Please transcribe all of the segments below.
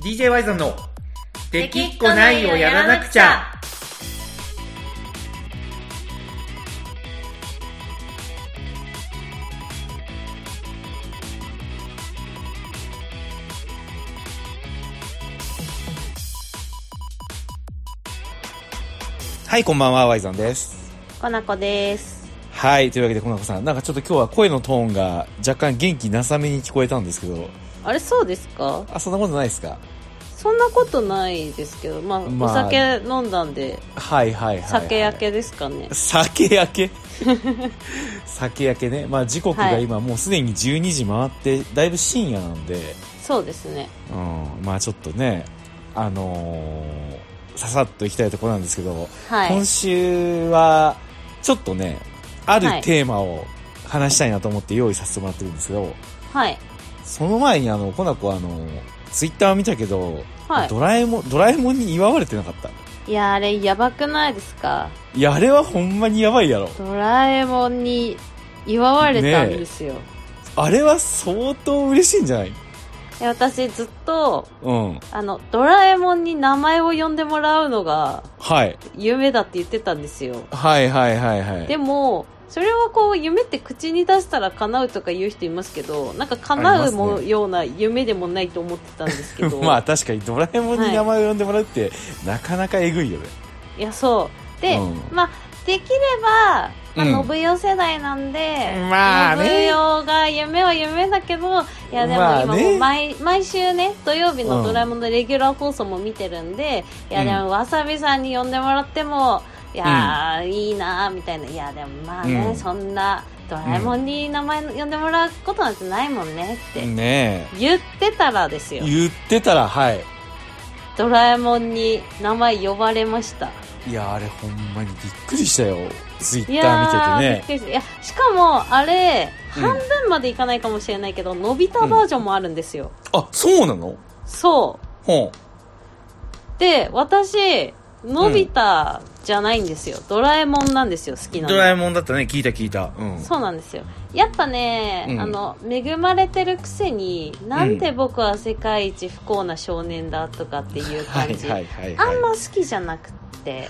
DJ ワイゾンの「できっこないをやらなくちゃ」はいこんばんはワイゾンですコナコですはいというわけでこなこさんなんかちょっと今日は声のトーンが若干元気なさめに聞こえたんですけどあれそうですかあそんなことないですかそんなことないですけど、まあ、まあお酒飲んだんではいはいはい、はい、酒焼けですかね、酒焼け 酒焼けね、まあ、時刻が今もうすでに12時回ってだいぶ深夜なんで、そうですねうん、まあちょっとねあのーささっといきたいところなんですけど、はい今週はちょっとねあはるいテーマを話したいなと思って用意させてもらってるんですけどはいその前にあのコナコあのツイッター見たけど、はいドラえもんドラえもんに祝われてなかったいやあれやばくないですかいやあれはほんまにやばいやろドラえもんに祝われたんですよ、あれは相当嬉しいんじゃないで私ずっとうんあのドラえもんに名前を呼んでもらうのがはい。夢だって言ってたんですよはいはいはいはい。 でもそれをこう夢って口に出したら叶うとか言う人いますけどなんかあ叶りうまも、すねような夢でもないと思ってたんですけど まあ確かにドラえもんはにい名前を呼んでもらうって、なかなかえぐいよね。いやそうで、うんまあできれば、まあ、うん信代世代なんで、まあね信代が夢は夢だけどいやでもまあ今もねう毎,、毎週ね土曜日うのん「ドラえもん」のレギュラー放送も見てるんで、いうやんでもわさびさんに呼んでもらってもいやー、いいなーみたいないやでもまあね、うんそんな「ドラえもん」に名前呼んでもらうことなんてないもんねってね言ってたらですえ。よ言ってたら、はい。ドラえもんに名前呼ばれましたいや、あれほんまにびっくりしたよ。ツイいッタやーーび見ってくてね。りしたいやしかもあれ、うん半分までいかないかもしれないけど伸びたバージョンもあるんですよ、あ、そうなのそうほで私伸びたじゃないんですよ、ドラえもんなんですよ好きう。なドラのえもんだったね。聞いた聞いた。うん。そうなんですよやっぱね、うんあの恵まれてるくせになんで僕は世界一不幸な少年だとかっていうはい感じ、はいはいはい。あんま好きじゃなくって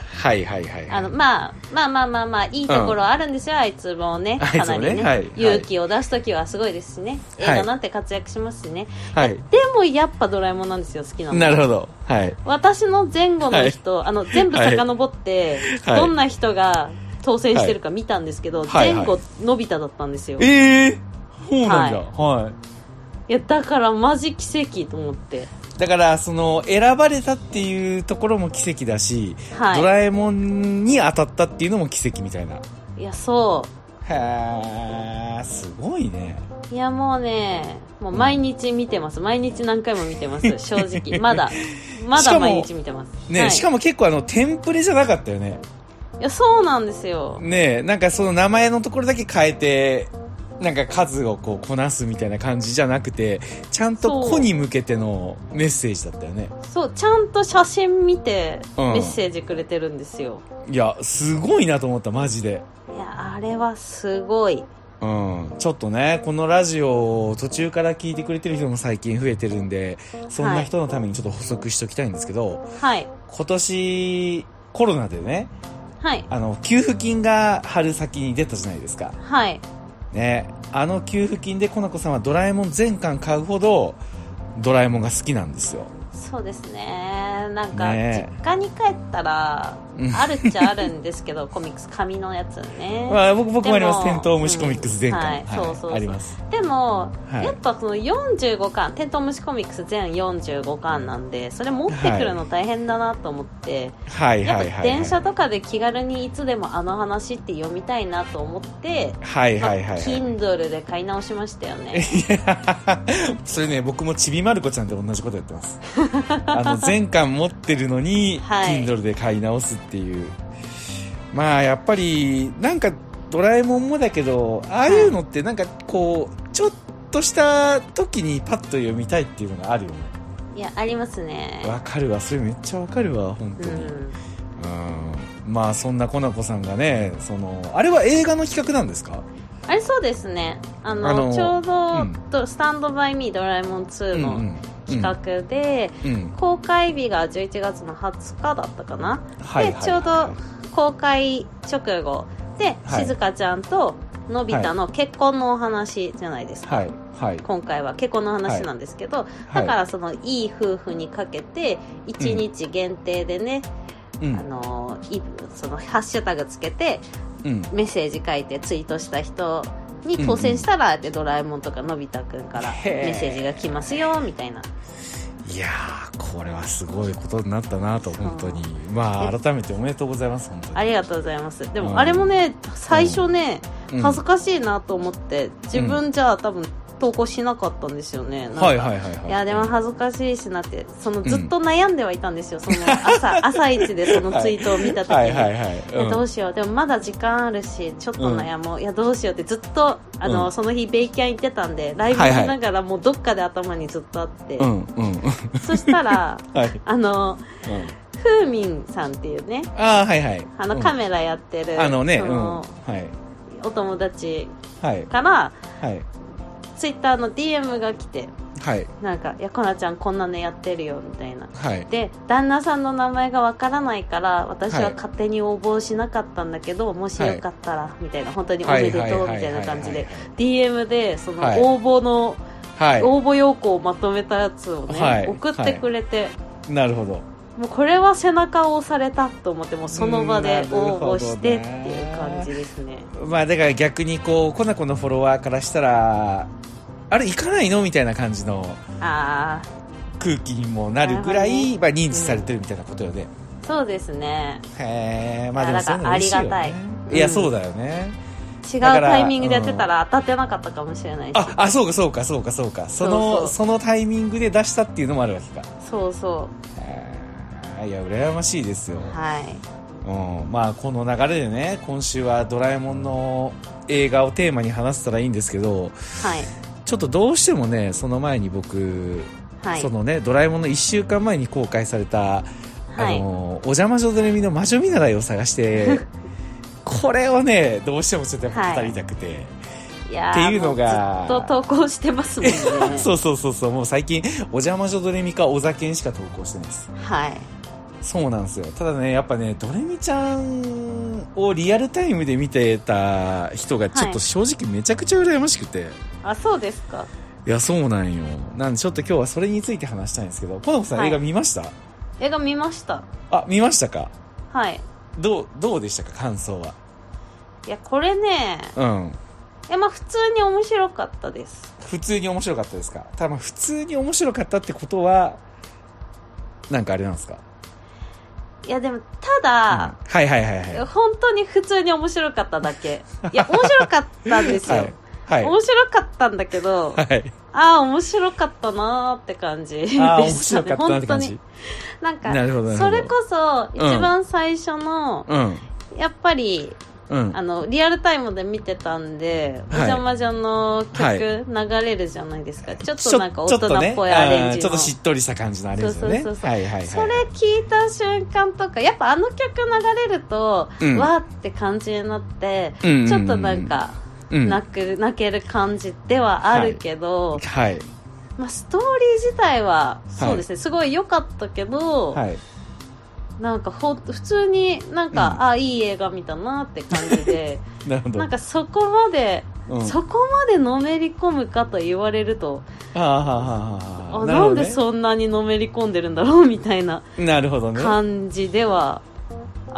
はいはいはい。あの、まあ、まあまあまあまあ、いいところあるんですよ、あいつもね。 あいかつなもりねね。はい勇気を出すときはすごいですしね。はい映画なんて活躍しますしね。はい。でもやっぱドラえもんなんですよ、好きなの。なるほど。はい。私の前後の人、あの、全部遡って、はいどんな人が当選してるか見たんですけど、はい前後、のび太だったんですよ。いええそうなんだ。はいや、だからマジ奇跡と思って。だからその選ばれたっていうところも奇跡だし、はいドラえもんに当たったっていうのも奇跡みたいないや、そへえすごいねう。いや、もうね、もう毎日見てます。毎日何回も見てます、正直。まだ。ましかだも毎日見てます。ね、はいしかも結構あのテンプレじゃなかったよねいや、そうなんですよ。ねなんかその名前のところだけ変えてなんか数をこうこなすみたいな感じじゃなくてちゃんとそう子に向けてのメッセージだったよねそう、ちゃんと写真見て、うんメッセージくれてるんですよ。いやすごいなと思ったマジでいや、あれはすごい。うん、ちょっとねこのラジオを途中から聞いてくれてる人も最近増えてるんでそんな人のためにちょっと補足しておきたいんですけど、はい。今年コロナでねはい。あの給付金が春先に出たじゃないですかはい。ねあの給付金でこの子さんはドラえもん全巻買うほどドラえもんが好きなんですよそうですね。なんか、ね実家に帰ったら、うんあるっちゃあるんですけど、コ ミックス、紙のやつね。まあ、僕僕もあります「でもテントウムシコミックス」全巻、うんははいいそうそうそうありますでも、はいやっぱその45巻、テントウムシコミックス全45巻なんで、それ持ってくるの大変だなと思って、はいやはっいぱはい電車とかで気軽にいつでもあの話って読みたいなと思って、はいはいはい、はい Kindle で買い直しましたよね。いやそれね僕もちびまる子ちゃんと同じことやってます あの全巻持ってるのに、はい Kindle で買い直すっていうまあやっぱりなんかドラえもんもだけどああいうのってなんかこうちょっとした時にパッと読みたいっていうのがあるよねいや、ありますね。わかるわそれめっちゃわかるわ本う当にうんん。まあそんなコナコさんがねそのあれは映画の企画なんですかあれそうですねあのあのちょうど、うんと「スタンド・バイ・ミー・ドラえもん2」の企画で、うんうん公開日が11月の20日だったかな、はいはいはいでちょうど公開直後で、はいしずかちゃんとのび太の結婚のお話じゃないですか、はいはい今回は結婚の話なんですけど、はいだからそのいい夫婦にかけて1日限定でね、うあんのいそのハッシュタグつけてうんメッセージ書いてツイートした人に当選したら、でドラえもんとかのび太くんからへーメッセージが来ますよみたいないやーこれはすごいことになったなと本当にそまえあ改めておめでとうございます本当にありがとうございますでうもんあれもね最初ね、うん恥ずかしいなと思って自分じゃあ多分投稿しなかったんですよね、なんかはいはいはいはいいやでも恥ずかしいしなってそのずっと悩んではいたんですよ、その 朝朝一でそのツイートを見た時に、はいはいはいいやどうししようでもまだ時間あるしちょっと悩もう、いやどうしようってずっとあの、うんその日ベイキャン行ってたんでライブしながらもうどっかで頭にずっとあって、うんうんそしたら はいあのうんふーみんさんっていうねああはいはいあのうんカメラやってる、あのねそうんのはいお友達はいからはいツイッターの DM が来てはいなんか「いやコナちゃんこんなのやってるよ」みたいなはいで旦那さんの名前がわからないから私ははい勝手に応募しなかったんだけど、もしよかったら、みたいな本当におめでとうみたいな感じで DM でそのはい応募の、はい応募要項をまとめたやつをね、はい送ってくれて、なるほどもうこれは背中を押されたと思ってもうその場で応募してうっんてなるほどねいう感じですねまあだから逆にこうコナコのフォロワーからしたらあれ行かないのみたいな感じのああ空気にもなるぐらなるほい、まあ、認知されてるみたいなことよね、そうですねへえまあでもいやそうだからいうの嬉しいよねありがたいいやうんそうだよね、違うだからタイミングでやってたら当たってなかったかもしれないし、ああそうかそうかそうかそうかそのそそうそうのタイミングで出したっていうのもあるわけかそうそへえいや羨ましいですよ、うはいうん、まあこの流れでね今週は「ドラえもん」の映画をテーマに話せたらいいんですけどはいちょっとどうしてもねその前に僕はいそのね、ドラえもんの1週間前に公開された、はいあの、お邪魔女ドレミの魔女見習いを探 して、これをね、どうしてもちょっとやっぱ語りたくて。いやーっていうのがもうずっと投稿してますもんね そうそうそうそう、もう最近、お邪魔女ドレミかお酒にしか投稿してないです。はいそうなんですよ。ただね、やっぱね、ドレミちゃんをリアルタイムで見てた人がちょっと正直めちゃくちゃ羨ましくて。い、あそうですかや、そうなんよ。なんでちょっと今日はそれについて話したいんですけど、ポナコさん、はい映画見ました映画見ましたあ、見ましたかはいどう、どうでしたか感想は。いやこれねうん。えまあ普通に面白かったです普通に面白かったですか多分普通に面白かったってことはなんかあれなんですかいやでもただ、うんはいはいはいはいいや本当に普通に面白かっただけいや面白かったんですよ、はいはい面白かったんだけ ど、はいああ面白かったなーって感じでしあたあね面白かったなって感じ本当になんかなるほどなるほどそれこそ一番最初の、うんやっぱりうんあのリアルタイムで見てたんで「おはいじゃまじゃ」の曲、はい流れるじゃないですかちょっちょとなんか大人っぽいアレンちょっとねあージの、ちょっとしっとりした感じのあれですよねそうそうそうそうはいはいはいそれ聞いた瞬間とかやっぱあの曲流れると、うんわーって感じになって、うんうんうんちょっとなんか、うん泣く泣ける感じではあるけど、はいまあ、ストーリー自体はそうですね、すごい良かったけど、はいなんかほん普通になんか、うんあいい映画見たなって感じで。なる ほどなんかそこまで、うんそこまでのめり込むかと言われるとあーはあはあはああなんでうそんなにのめり込んでるんだろうみたいななるほどねは感じでは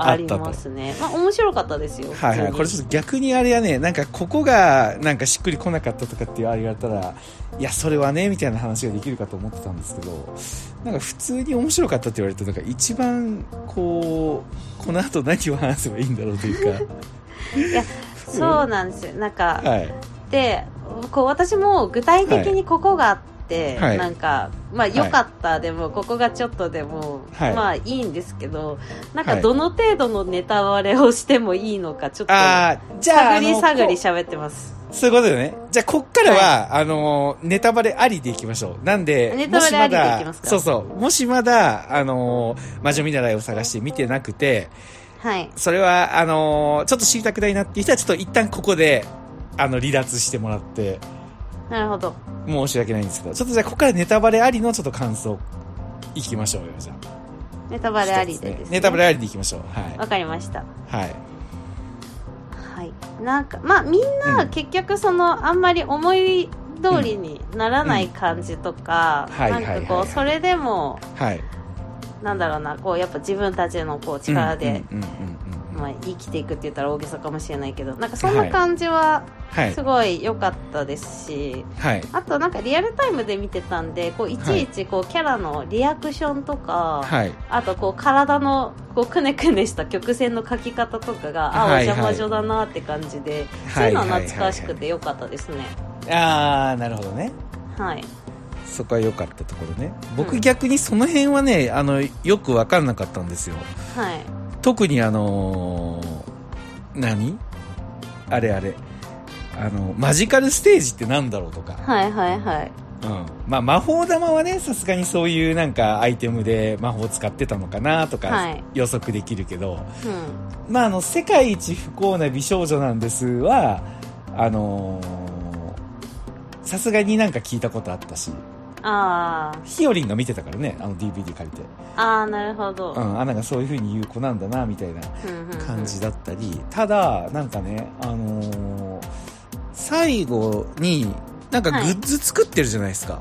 ありますねまあ面白かったですよいはいこれ普ち通ょっと逆にあれやねなんかここがなんかしっくりこなかったとかって言われたらいやそれはねみたいな話ができるかと思ってたんですけどなんか普通に面白かったって言われるとなんか一番こうこの後何を話せばいいんだろうというかにそうなんですよなん か、はいでこう私も具体的にここがあって、はいなんかまあ良かったでも、ここがちょっとでも、はいまあいいんですけどなんかはいどの程度のネタ割れをしてもいいのかちょっとああじゃあ探り探りあのこ喋ってますうそういうことだよねじゃあこっからは、あのネタバレありでいきましょうなんでネタバレありでいきもましだすかそうそうもしまだあの魔女見習いを探して見てなくてはいそれは、あのーちょっと知りたくないなっていう人は、ちょっと一旦ここで、あの離脱してもらってなるほど。申し訳ないんですけどちょっとじゃあここからネタバレありのちょっと感想いきましょうよじゃあネタバレありでです、ね一つネタバレありでいきましょうはわかりました。い、はい、はい。なんか、まあ、みんなうん結局その、あんまり思い通りにならない感じとか、うんはいなはいはいんかこう、それでも、はいなんだろうな、こう、やっぱ自分たちのこう、力で、うんうんうんうんうんまあ、生きていくって言ったら大げさかもしれないけど、なんかそんな感じは、はいすごい良かったですし、はいあとなんかリアルタイムで見てたんで、こう、いちいちこう、キャラのリアクションとか、はいあとこう体のこうくねくねした曲線の描き方とかが、はいあお邪魔女だなって感じで、そうはいいうのははいはいはい懐かしくてよかったですね。ああなるほどねはい。そこは良かったところね僕、うん逆にその辺はねあのよく分かんなかったんですよはい。特にあのー何あれあれあのマジカルステージってなんだろうとか、はいはいはい。うんまあ、魔法玉はねさすがにそういうなんかアイテムで魔法使ってたのかなとはかい予測できるけど、うん。まあ、あの世界一不幸な美少女なんですはあのーさすがになんか聞いたことあったしあーひよりんが見てたからねあの DVD 借りて、あー、なるほど。ううんん、あなんかそういう風に言う子なんだなみたいなうんうん感じだったり、ただ、なんかね、あのー最後に、なんかグッズ作ってるじゃないですか、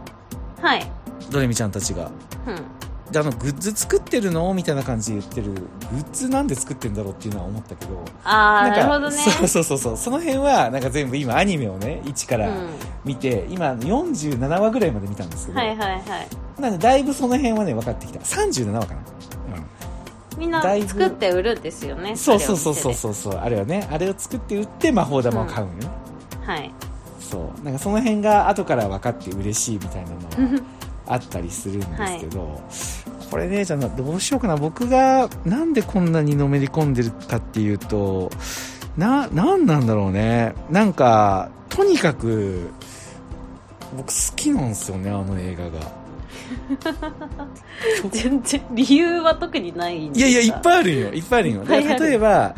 はい。ドレミちゃんたちが。うん。で、あの、グッズ作ってるのみたいな感じで言ってる、グッズなんで作ってんだろうっていうのは思ったけど、あー、んなかるほどね。そうそうそうそう、その辺は、なんか全部今アニメをね、一かうら見て、今47話ぐらいまで見たんですけん。ど、はいはいはい。なんでだいぶその辺はね、分かってきた。37話かな。うんみんなだいぶ作って売るんですよね。そうそうそうそうれをそうそうあれはねあれを作って売って魔法玉を買うんよね、見てねはい。 そうなんかその辺が後から分かって嬉しいみたいなのがあったりするんですけど、これねじゃあどうしようかな僕がなんでこんなにのめり込んでるかっていうとななんなんだろうねなんかとにかく僕好きなんですよねあの映画が曲全然理由は特にないんいやいや、いっい。ぱいあるんよ。いっぱいあるんよ。はいはい例えば、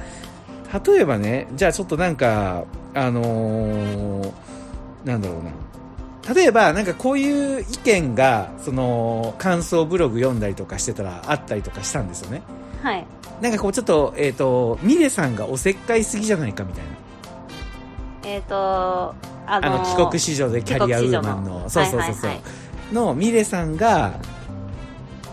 例えばね、じゃあちょっとなんか、あのーなんだろうな。例えば、なんかこういう意見が、その、感想ブログ読んだりとかしてたらあったりとかしたんですよね。はい。なんかこうちょっと、えっ、と、ミレさんがおせっかいすぎじゃないかみたいな。えっ、ー、と、ああのの、帰国子女で キャリアウーマンの、そうそう帰国子女のそうそうはいはい。のミレさんが、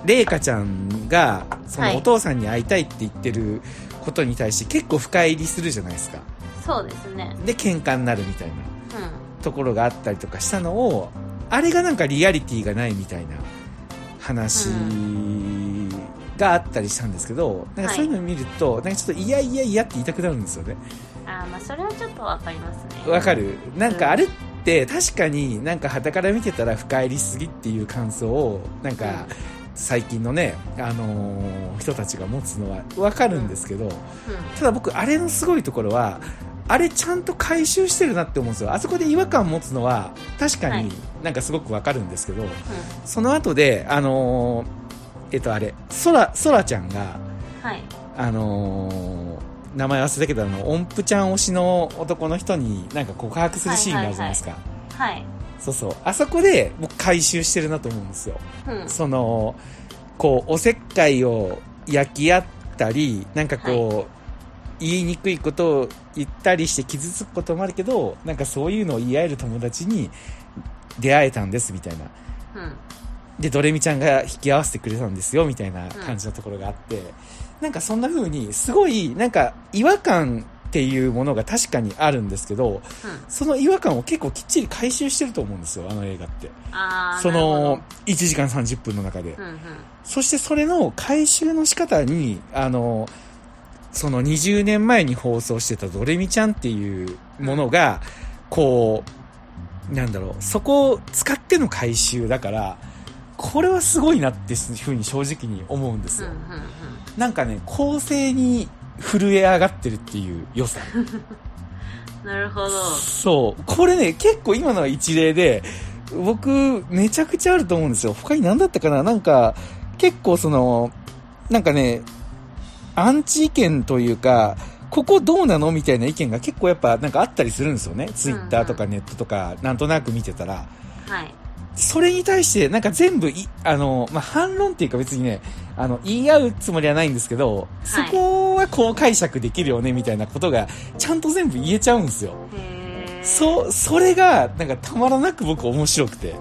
レイカちゃんが、そはのいお父さんに会いたいって言ってることに対して結構深入りするじゃないですか。そうですね。で、喧嘩になるみたいなうん。ところがあったりとかしたのを、あれがなんかリアリティがないみたいな話があったりしたんですけど、なんかそういうのを見ると、なんかちょっといやいやいやって言いたくなるんですよね。あーまあそれはちょっとわかりますねわかるなんかあれって確かになんか傍から見てたら深入りすぎっていう感想をなんか最近のね、あのー人たちが持つのはわかるんですけどただ僕あれのすごいところはあれちゃんと回収してるなって思うんですよあそこで違和感持つのは確かにはなんかすごくわかるんですけど、うん、うその後であのーえっとあれそらそらちゃんがん、はいあのー名前忘れたけどあの音符ちゃん推しの男の人になんか告白するシーンがあるじゃないですか、はいそうそうあそこで僕回収してるなと思うんですようんそのこうおせっかいを焼き合ったりなんかこう、言いにくいことを言ったりして傷つくこともあるけどなんかそういうのを言い合える友達に出会えたんですみたいなうんでドレミちゃんが引き合わせてくれたんですよみたいな感じのところがあって、なんかそんな風にすごいなんか違和感っていうものが確かにあるんですけどその違和感を結構きっちり回収してると思うんですよあの映画ってうんああその1時間30分の中で、うんうんそしてそれの回収の仕方にあのその20年前に放送してたドレミちゃんっていうものがこうなんだろうそこを使っての回収だからこれはすごいなっていうふうに正直に思うんですうんよ、うんうんなんかね構成に震え上がってるっていう良さなるほどそうこれね結構今のは一例で僕めちゃくちゃあると思うんですよ他に何だったかななんか結構そのなんかねアンチ意見というかここどうなのみたいな意見が結構やっぱなんかあったりするんですよね。ツイッターとかうんネットとか、なんとなく見てたら。はい。それに対して、なんか全部い、あの、まあ、反論っていうか別にね、あの、言い合うつもりはないんですけど、そこはこう解釈できるよね、みたいなことが、ちゃんと全部言えちゃうんですよ。へーそう、それが、なんかたまらなく僕面白くて。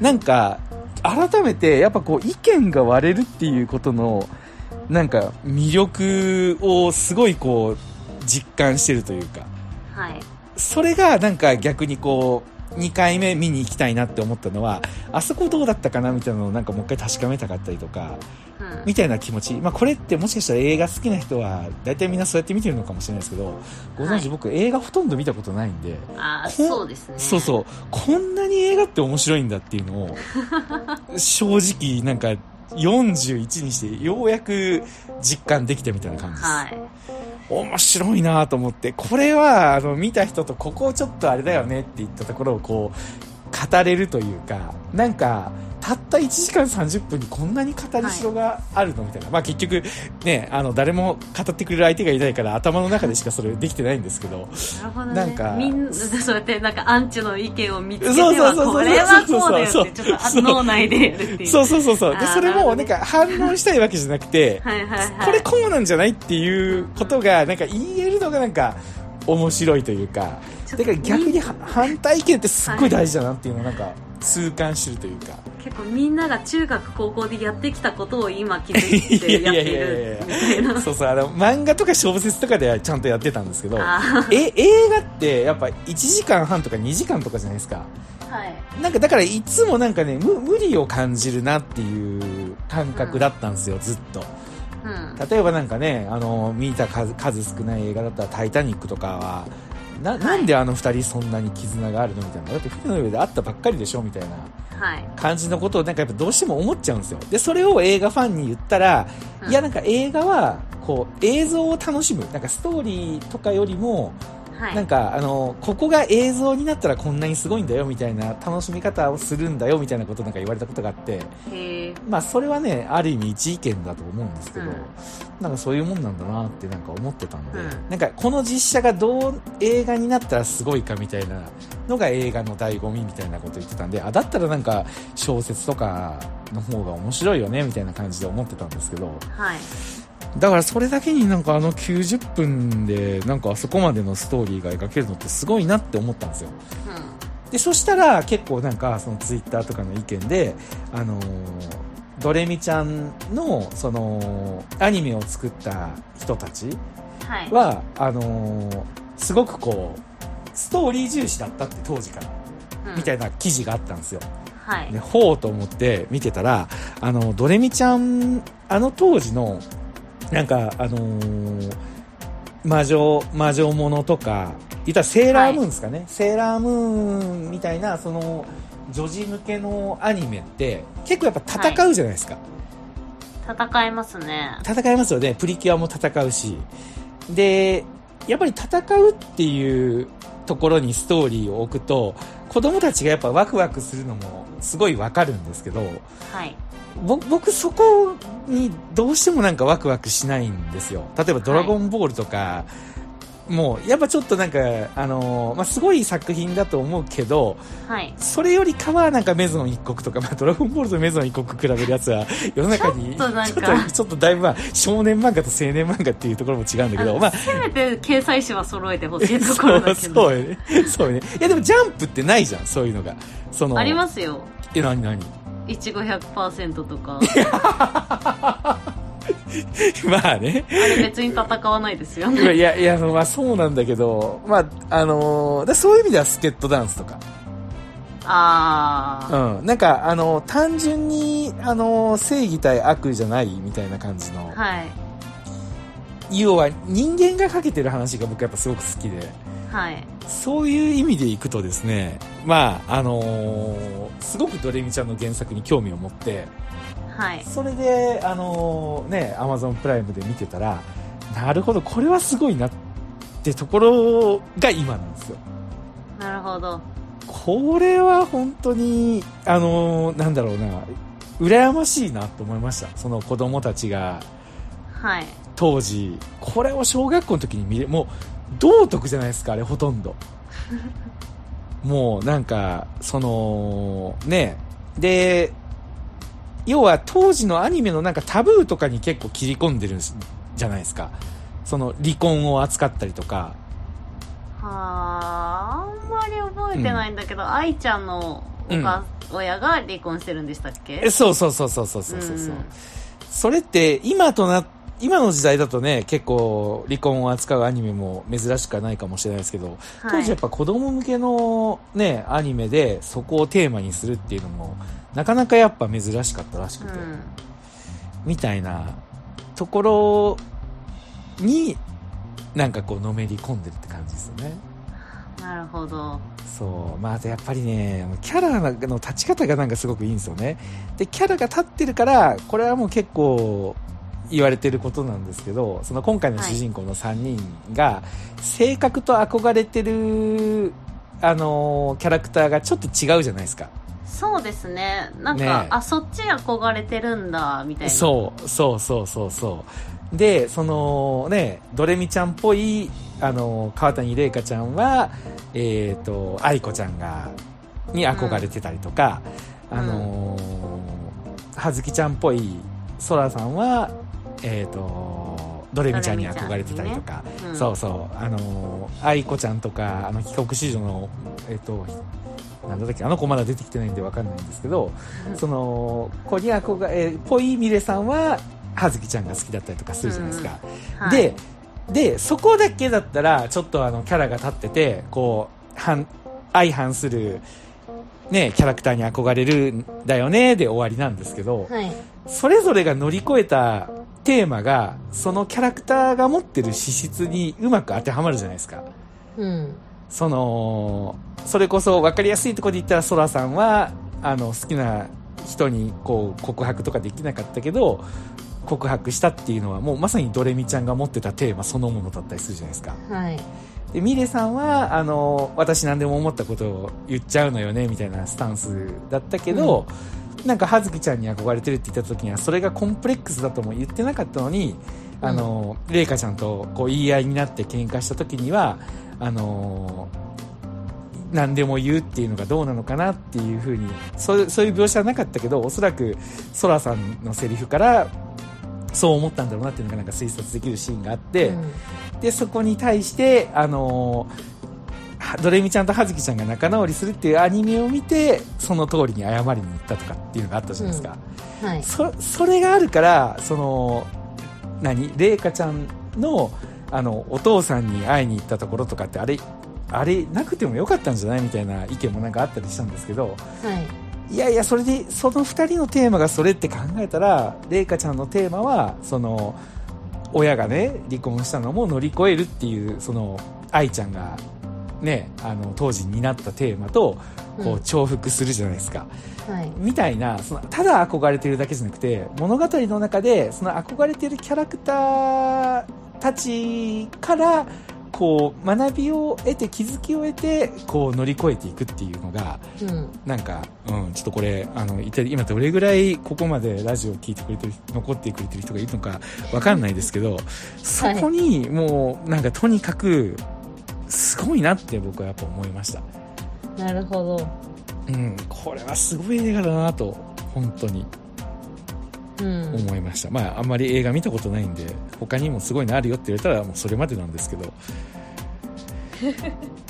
なんか、改めて、やっぱこう、意見が割れるっていうことの、なんか、魅力をすごいこう、実感してるというか、はい。それがなんか逆にこう、2回目見に行きたいなって思ったのは、あそこどうだったかなみたいなのをなんかもう一回確かめたかったりとか、うんみたいな気持ち。まあこれってもしかしたら映画好きな人は、大体みんなそうやって見てるのかもしれないですけど、ご存は知い僕映画ほとんど見たことないんで、ああ、こうそうですね。そうそう。こんなに映画って面白いんだっていうのを、正直なんか41にしてようやく実感できたみたいな感じです。はい。面白いなと思って、これはあの見た人とここちょっとあれだよねって言ったところをこう、語れるというか、なんか、たった1時間30分にこんなに語りしろがあるのみたいな。まあ結局、ね、あの、誰も語ってくれる相手がいないから頭の中でしかそれできてないんですけど、なるほどね。なんかみんな、そうやってなんかアンチの意見を見つけてそうそうは、そうそうこれはこうだよそうそうって、そうちょっとあ脳内でやるっていう。そうそうそうそう。で、あーそれもななるほどんねか反論したいわけじゃなくて、はいはい はい。これこうなんじゃないっていうことが、なんか言えるのがなんか面白いというか、ちょだっとから逆にみは反対意見ってすっごい大事だなっていうのをなんか痛感してるというか。結構みんなが中学高校でやってきたことを今気づいて やってるみたいな。そうそう、あの、漫画とか小説とかではちゃんとやってたんですけど、あえ、映画ってやっぱ1時間半とか2時間とかじゃないですか。あ、はい。なんかだからいつもなんかね、無無理を感じるなっていう感覚だったんですよ、ずっと。うん。例えばなんかね、あの、見た数数少ない映画だったらタイタニックとかは、な、なんであの二人そんなに絆があるのみたいな。だって船の上で会ったばっかりでしょみたいなはい。感じのことをなんかやっぱどうしても思っちゃうんですよ。で、それを映画ファンに言ったら、いやなんか映画は、こう、映像を楽しむ。なんかストーリーとかよりも、はい。なんか、あの、ここが映像になったらこんなにすごいんだよみたいな楽しみ方をするんだよみたいなことなんか言われたことがあって、へえ。まあそれはね、ある意味一意見だと思うんですけど、うんなんかそういうもんなんだなってなんか思ってたので、うんなんかこの実写がどう映画になったらすごいかみたいなのが映画の醍醐味みたいなこと言ってたんで、あ、だったらなんか小説とかの方が面白いよねみたいな感じで思ってたんですけど、はい。だからそれだけになんかあの90分でなんかあそこまでのストーリーが描けるのってすごいなって思ったんですよ。で、そしたら結構なんか、そのツイッターとかの意見で、あのードレミちゃんの、その、アニメを作った人たちうん。はい。は、あのーすごくこう、ストーリー重視だったって当時から、みたいいな記事があったんですよ。な。はいで、。ほうと思って見てたら、あの、ドレミちゃん、あの当時の、なんか、あのー魔女、魔女ものとか、言ったらセーラームーンですかね、セーラームーンみたいな、その、女児向けのアニメって、結構やっぱ戦うじゃないですか。戦いますね。戦いますよね。プリキュアも戦うし。で、やっぱり戦うっていうところにストーリーを置くと、子供たちがやっぱワクワクするのもすごいわかるんですけど、はい。ぼ僕そこにどうしてもなんかワクワクしないんですよ例えば「ドラゴンボール」とか、もうやっぱちょっとなんか、あのーまあ、すごい作品だと思うけどはい。それよりかはなんかメゾン一国とか、まあ、ドラゴンボールとメゾン一国比べるやつは世の中にちょっとなんちょかっとちょっとだいぶ、まあ、少年漫画と青年漫画っていうところも違うんだけどまあせめて掲載誌は揃えてほしいとこそろだうけそど。うよねそうよねいやでもジャンプってないじゃんそういうのがその ありますよ。え何何 いちご100%とか。まあねあれ別に戦わないです よいやね。いや、いやまあそうなんだけど、まあ、あのーだそういう意味ではスケットダンスとか。あうん。なんか、あのー単純に、あのー正義対悪じゃないみたいな感じのあ。。はい。要は、人間がかけてる話が僕やっぱすごく好きで、はい。そういう意味でいくとですね、まあ、あのーすごくドレミちゃんの原作に興味を持って、はい。それで、あのーね、アマゾンプライムで見てたら、なるほど、これはすごいなってところが今なんですよ。なるほど。これは本当に、あのーなんだろうな、羨ましいなと思いました。その子供たちがはい。当時これを小学校の時に見れもう道徳じゃないですかあれほとんどもうなんかそのねで要は当時のアニメのなんかタブーとかに結構切り込んでるんじゃないですかその離婚を扱ったりとかはああんまり覚えてないんだけど、愛ちゃんのお母、親が離婚してるんでしたっけえそうそうそうそうそうそうそうそううんそれって今とな今の時代だとね結構離婚を扱うアニメも珍しくはないかもしれないですけど、当時やっぱ子供向けのねアニメでそこをテーマにするっていうのもなかなかやっぱ珍しかったらしくて、うんみたいなところになんかこうのめり込んでるって感じですよねなるほどそうまああとやっぱりねキャラの立ち方がなんかすごくいいんですよねでキャラが立ってるからこれはもう結構言われてることなんですけどその今回の主人公の3人が性格と憧れてるあのーキャラクターがちょっと違うじゃないですかそうですねなんか、ねえあそっち憧れてるんだみたいなそうそうそうそうそうでそのねドレミちゃんっぽいあの川谷玲香ちゃんはえっ、と愛子ちゃんがに憧れてたりとか、うんあのー葉月ちゃんっぽいそらさんはえっ、とドレミちゃんに憧れてたりとか、うんそうそうあのー愛子ちゃんとかあの帰国子女のえっ、となんだっけあの子まだ出てきてないんでわかんないんですけどその子に憧れえーぽいみれさんは葉月ちゃんが好きだったりとかするじゃないですか、はいででそこだけだったらちょっとあのキャラが立っててこう反相反する、ね、キャラクターに憧れるんだよねで終わりなんですけど、はいそれぞれが乗り越えたテーマがそのキャラクターが持ってる資質にうまく当てはまるじゃないですか。うんそのそれこそ分かりやすいところで言ったらそらさんはあの好きな人にこう告白とかできなかったけど告白したっていうのはもうまさにドレミちゃんが持ってたテーマそのものだったりするじゃないですかはいでミレさんはあの私何でも思ったことを言っちゃうのよねみたいなスタンスだったけど、なんか葉月ちゃんに憧れてるって言った時にはそれがコンプレックスだとも言ってなかったのにあの麗華、ちゃんとこう言い合いになって喧嘩した時にはあの何でも言うっていうのがどうなのかなっていうふうにそうそういう描写はなかったけどおそらくソラさんのセリフからそう思ったんだろうなっていうのがなんか推察できるシーンがあって。うんでそこに対して、あのーはドレミちゃんと葉月ちゃんが仲直りするっていうアニメを見てその通りに謝りに行ったとかっていうのがあったじゃないですか、はいそそれがあるからその何麗華ちゃんのあのお父さんに会いに行ったところとかってあれあれなくてもよかったんじゃないみたいな意見もなんかあったりしたんですけどはいいやいやそれでその2人のテーマがそれって考えたら麗華ちゃんのテーマはその親がね離婚したのも乗り越えるっていうその愛ちゃんがねあの当時になったテーマとこううん重複するじゃないですか、はいみたいなそのただ憧れてるだけじゃなくて物語の中でその憧れてるキャラクターたちからこう学びを得て気づきを得てこう乗り越えていくっていうのがうんなんか、うん、ちょっとこれ、あの、一体今どれぐらいここまでラジオを聞いてくれてる、残ってくれてる人がいるのかわかんないですけど、そこにもう、なんかとにかく、すごいなって僕はやっぱ思いました。なるほどうん、これはすごい映画だなと、本当にうん思いました。まあ、あんまり映画見たことないんで、他にもすごいのあるよって言われたらもうそれまでなんですけど、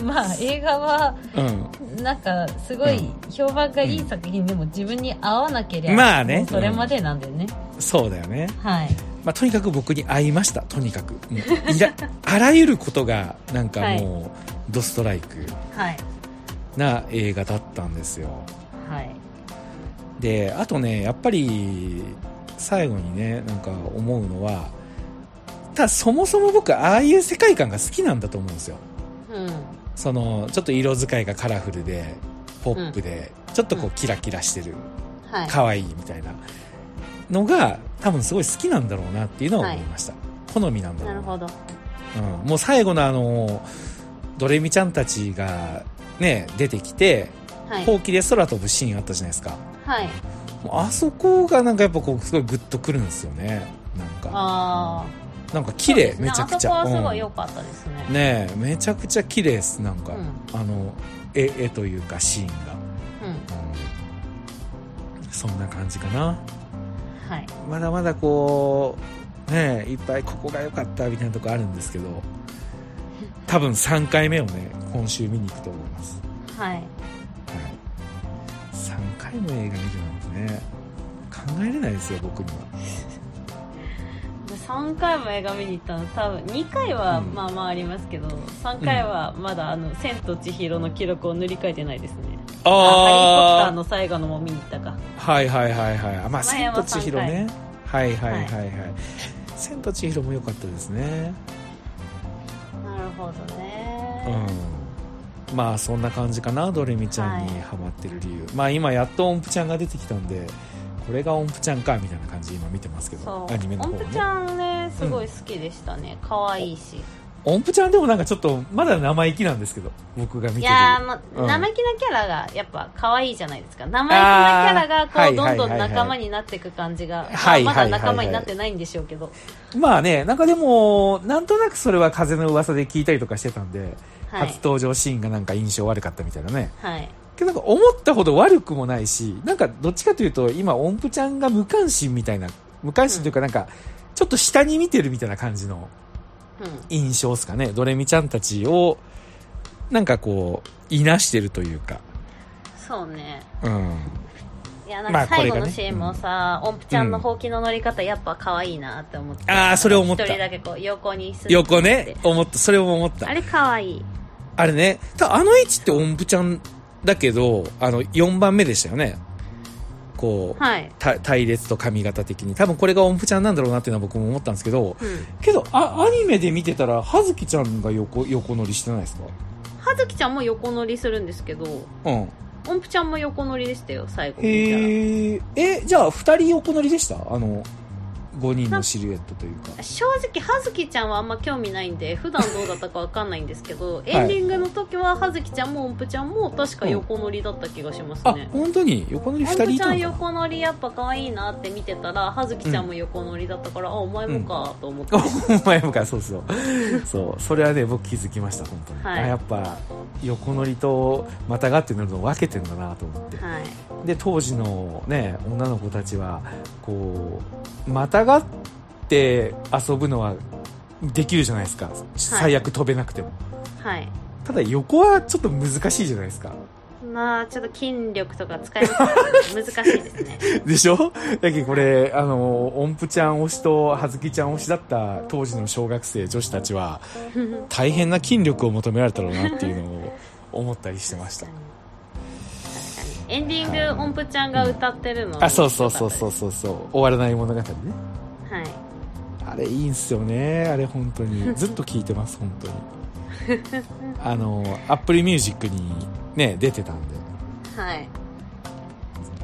まあ映画はうん、なんかすごい評判がいい作品でも自分に合わなければ、まあねもうそれまでなんだよね、そうだよね。はいまあ、とにかく僕に会いました、とにかく。もういらあらゆることが、なんかもう、ドストライクはいな映画だったんですよ。はいで、あとね、やっぱり、最後にね、なんか思うのは、ただそもそも僕、ああいう世界観が好きなんだと思うんですよ。うんその、ちょっと色使いがカラフルで、ポップで、ちょっとこう、キラキラしてる、はい可愛いみたいなのが、多分すごい好きなんだろうなっていうのは思いました。好みなんだろなうるなほどうん、もう最後のあのドレミちゃんたちがね出てきてはいほうきで空飛ぶシーンあったじゃないですかはいもうあそこがなんかやっぱこうすごいグッとくるんですよねなんかあなんか綺麗、そうですねめちゃくちゃあそこはすごい良かったですねうん、ねえめちゃくちゃ綺麗ですなんか、うあの絵絵というかシーンが、うんそんな感じかなうんはいまだまだこうねえいっぱいここが良かったみたいなとこあるんですけど多分3回目をね今週見に行くと思います、はいはい、3回も映画見るなんてね考えれないですよ僕には3回も映画見に行ったの多分2回はうんまあまあありますけど、3回はまだあの「千と千尋の記録」を塗り替えてないですねあハリー・ポッターの最後のも見に行ったかはいはいはいはいあまあ「その千辺とは千尋」ねはいはいはいはい「千と千尋」も良かったですねなるほどね、うんまあそんな感じかなドレミちゃんにはいハマってる理由、まあ今やっと音符ちゃんが出てきたんでこれが音符ちゃんかみたいな感じで今見てますけそどうアニメの方音は符ねちゃんねすごい好きでしたね可愛、いいし音符ちゃんでもなんかちょっとまだ生意気なんですけど僕が見てるいやー、まうん生意気なキャラがやっぱ可愛いじゃないですか生意気なキャラがこう、あーどんどはいはいはいはんい仲間になっていく感じが、はいまあはいはいはまいだ仲間になってないんでしょうけど、まあねなんかでもなんとなくそれは風の噂で聞いたりとかしてたんで、はい初登場シーンがなんか印象悪かったみたいなねはいけどなんか思ったほど悪くもないし、なんかどっちかというと今音符ちゃんが無関心みたいな、無関心というかなんか、ちょっと下に見てるみたいな感じのうん印象ですかね。ドレミちゃんたちを、なんかこう、いなしてるというか。そうねうん。いやなんまあか最こ後れがのねシーンもさ、音符ちゃんのほうきの乗り方やっぱ可愛いなって思って、あーそれ思った一人だけこう横にす横ね、思った、それも思った。ああれれ可愛いね、ただあの位置って音符ちゃんだけど、あの、4番目でしたよね。こう、はいた隊列と髪型的に。多分これが音符ちゃんなんだろうなっていうのは僕も思ったんですけど、 うんけどあアニメで見てたら葉月ちゃんが横横乗りしてないですか葉月ちゃんも横乗りするんですけどうん音符ちゃんも横乗りでしたよ最後見たらへええじゃあ2人横乗りでしたあの5人のシルエットというか正直葉月ちゃんはあんま興味ないんで普段どうだったかわかんないんですけど、エンディングの時は葉月ちゃんも音符ちゃんも確か横乗りだった気がしますあね、本当に横乗り2音人符いちゃたんのか横乗りやっぱ可愛いなって見てたら葉月ちゃんも横乗りだったから、あお前もかと思って、なお前もかそうそうそうそれはね僕気づきました本当に、はいあやっぱ横乗りとまたがって乗るのを分けてんだなと思ってはいで当時のね女の子たちはこうまたがって遊ぶのはできるじゃないですか、最悪飛べなくてもはいただ横はちょっと難しいじゃないですかまあちょっと筋力とか使いますね難しいですねでしょだけどこれあの音符ちゃん推しと葉月ちゃん推しだった当時の小学生女子たちは大変な筋力を求められたろうなっていうのを思ったりしてました確かにエンディング、音符ちゃんが歌ってるのあそうそうそううそうそうそう終わらない物語ねはいあれいいんすよねあれ本当にずっと聞いてます本 当にあのアップルミュージックにね出てたんではい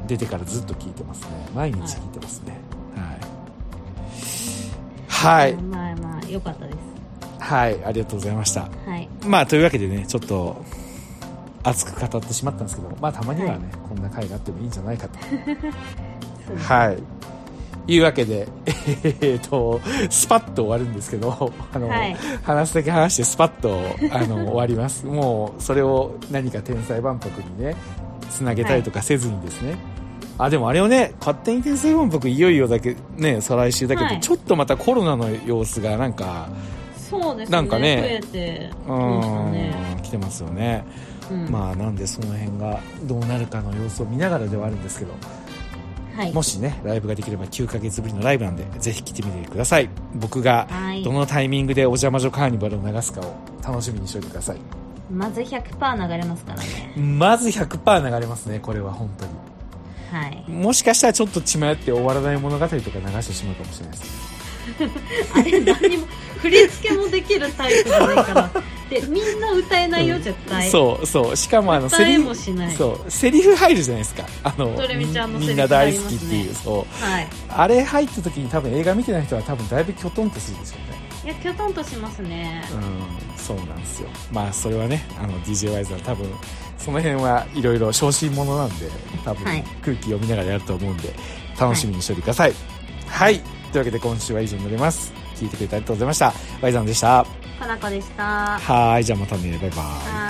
出てからずっと聞いてますね毎日聞いてますねはい、はいまあまあ良かったですはい、ありがとうございました。はいまあ、というわけでね、ちょっと、熱く語ってしまったんですけど、まあ、たまにはね、こんな回があってもいいんじゃないかと。はい。いうわけで、えー、と、スパッと終わるんですけど、あの、はい話すだけ話してスパッと、あの、終わります。もう、それを何か天才万博にね、つなげたりとかせずにですね。あ、でもあれをね、勝手に天才万博いよいよだけ、ね、再来週だけど、はいちょっとまたコロナの様子がなんか、そうですねなんかね増えてきましたね、うん、来てますよね。うんまあなんでその辺がどうなるかの様子を見ながらではあるんですけど、はいもしねライブができれば9ヶ月ぶりのライブなんでぜひ来てみてください僕がはいどのタイミングでお邪魔女カーニバルを流すかを楽しみにしておいてくださいまず100%流れますからねまず100%流れますねこれは本当にはいもしかしたらちょっと血迷って終わらない物語とか流してしまうかもしれないですあれ何も振り付けもできるタイプじゃないから でみんな歌えないよ絶対そうそうしかもあのセ歌リえフもしないそうセリフ入るじゃないですかあのドレミちゃんのみセリんフな入大り好ますきねっていうそうはいあれ入った時に多分映画見てない人は多分だいぶきょとんとするでしょうねいやきょとんとしますねうんそうなんですよまあそれはねあの d j ワイズは多分その辺はいろいろ小心者なんで多分はい空気読みながらやると思うんで楽しみにしておいてくださいはい、というわけで今週は以上になります聞いてくれてありがとうございました。ワイザンでした。かなこでした。はーい、じゃあまたね。バイバイ。はーい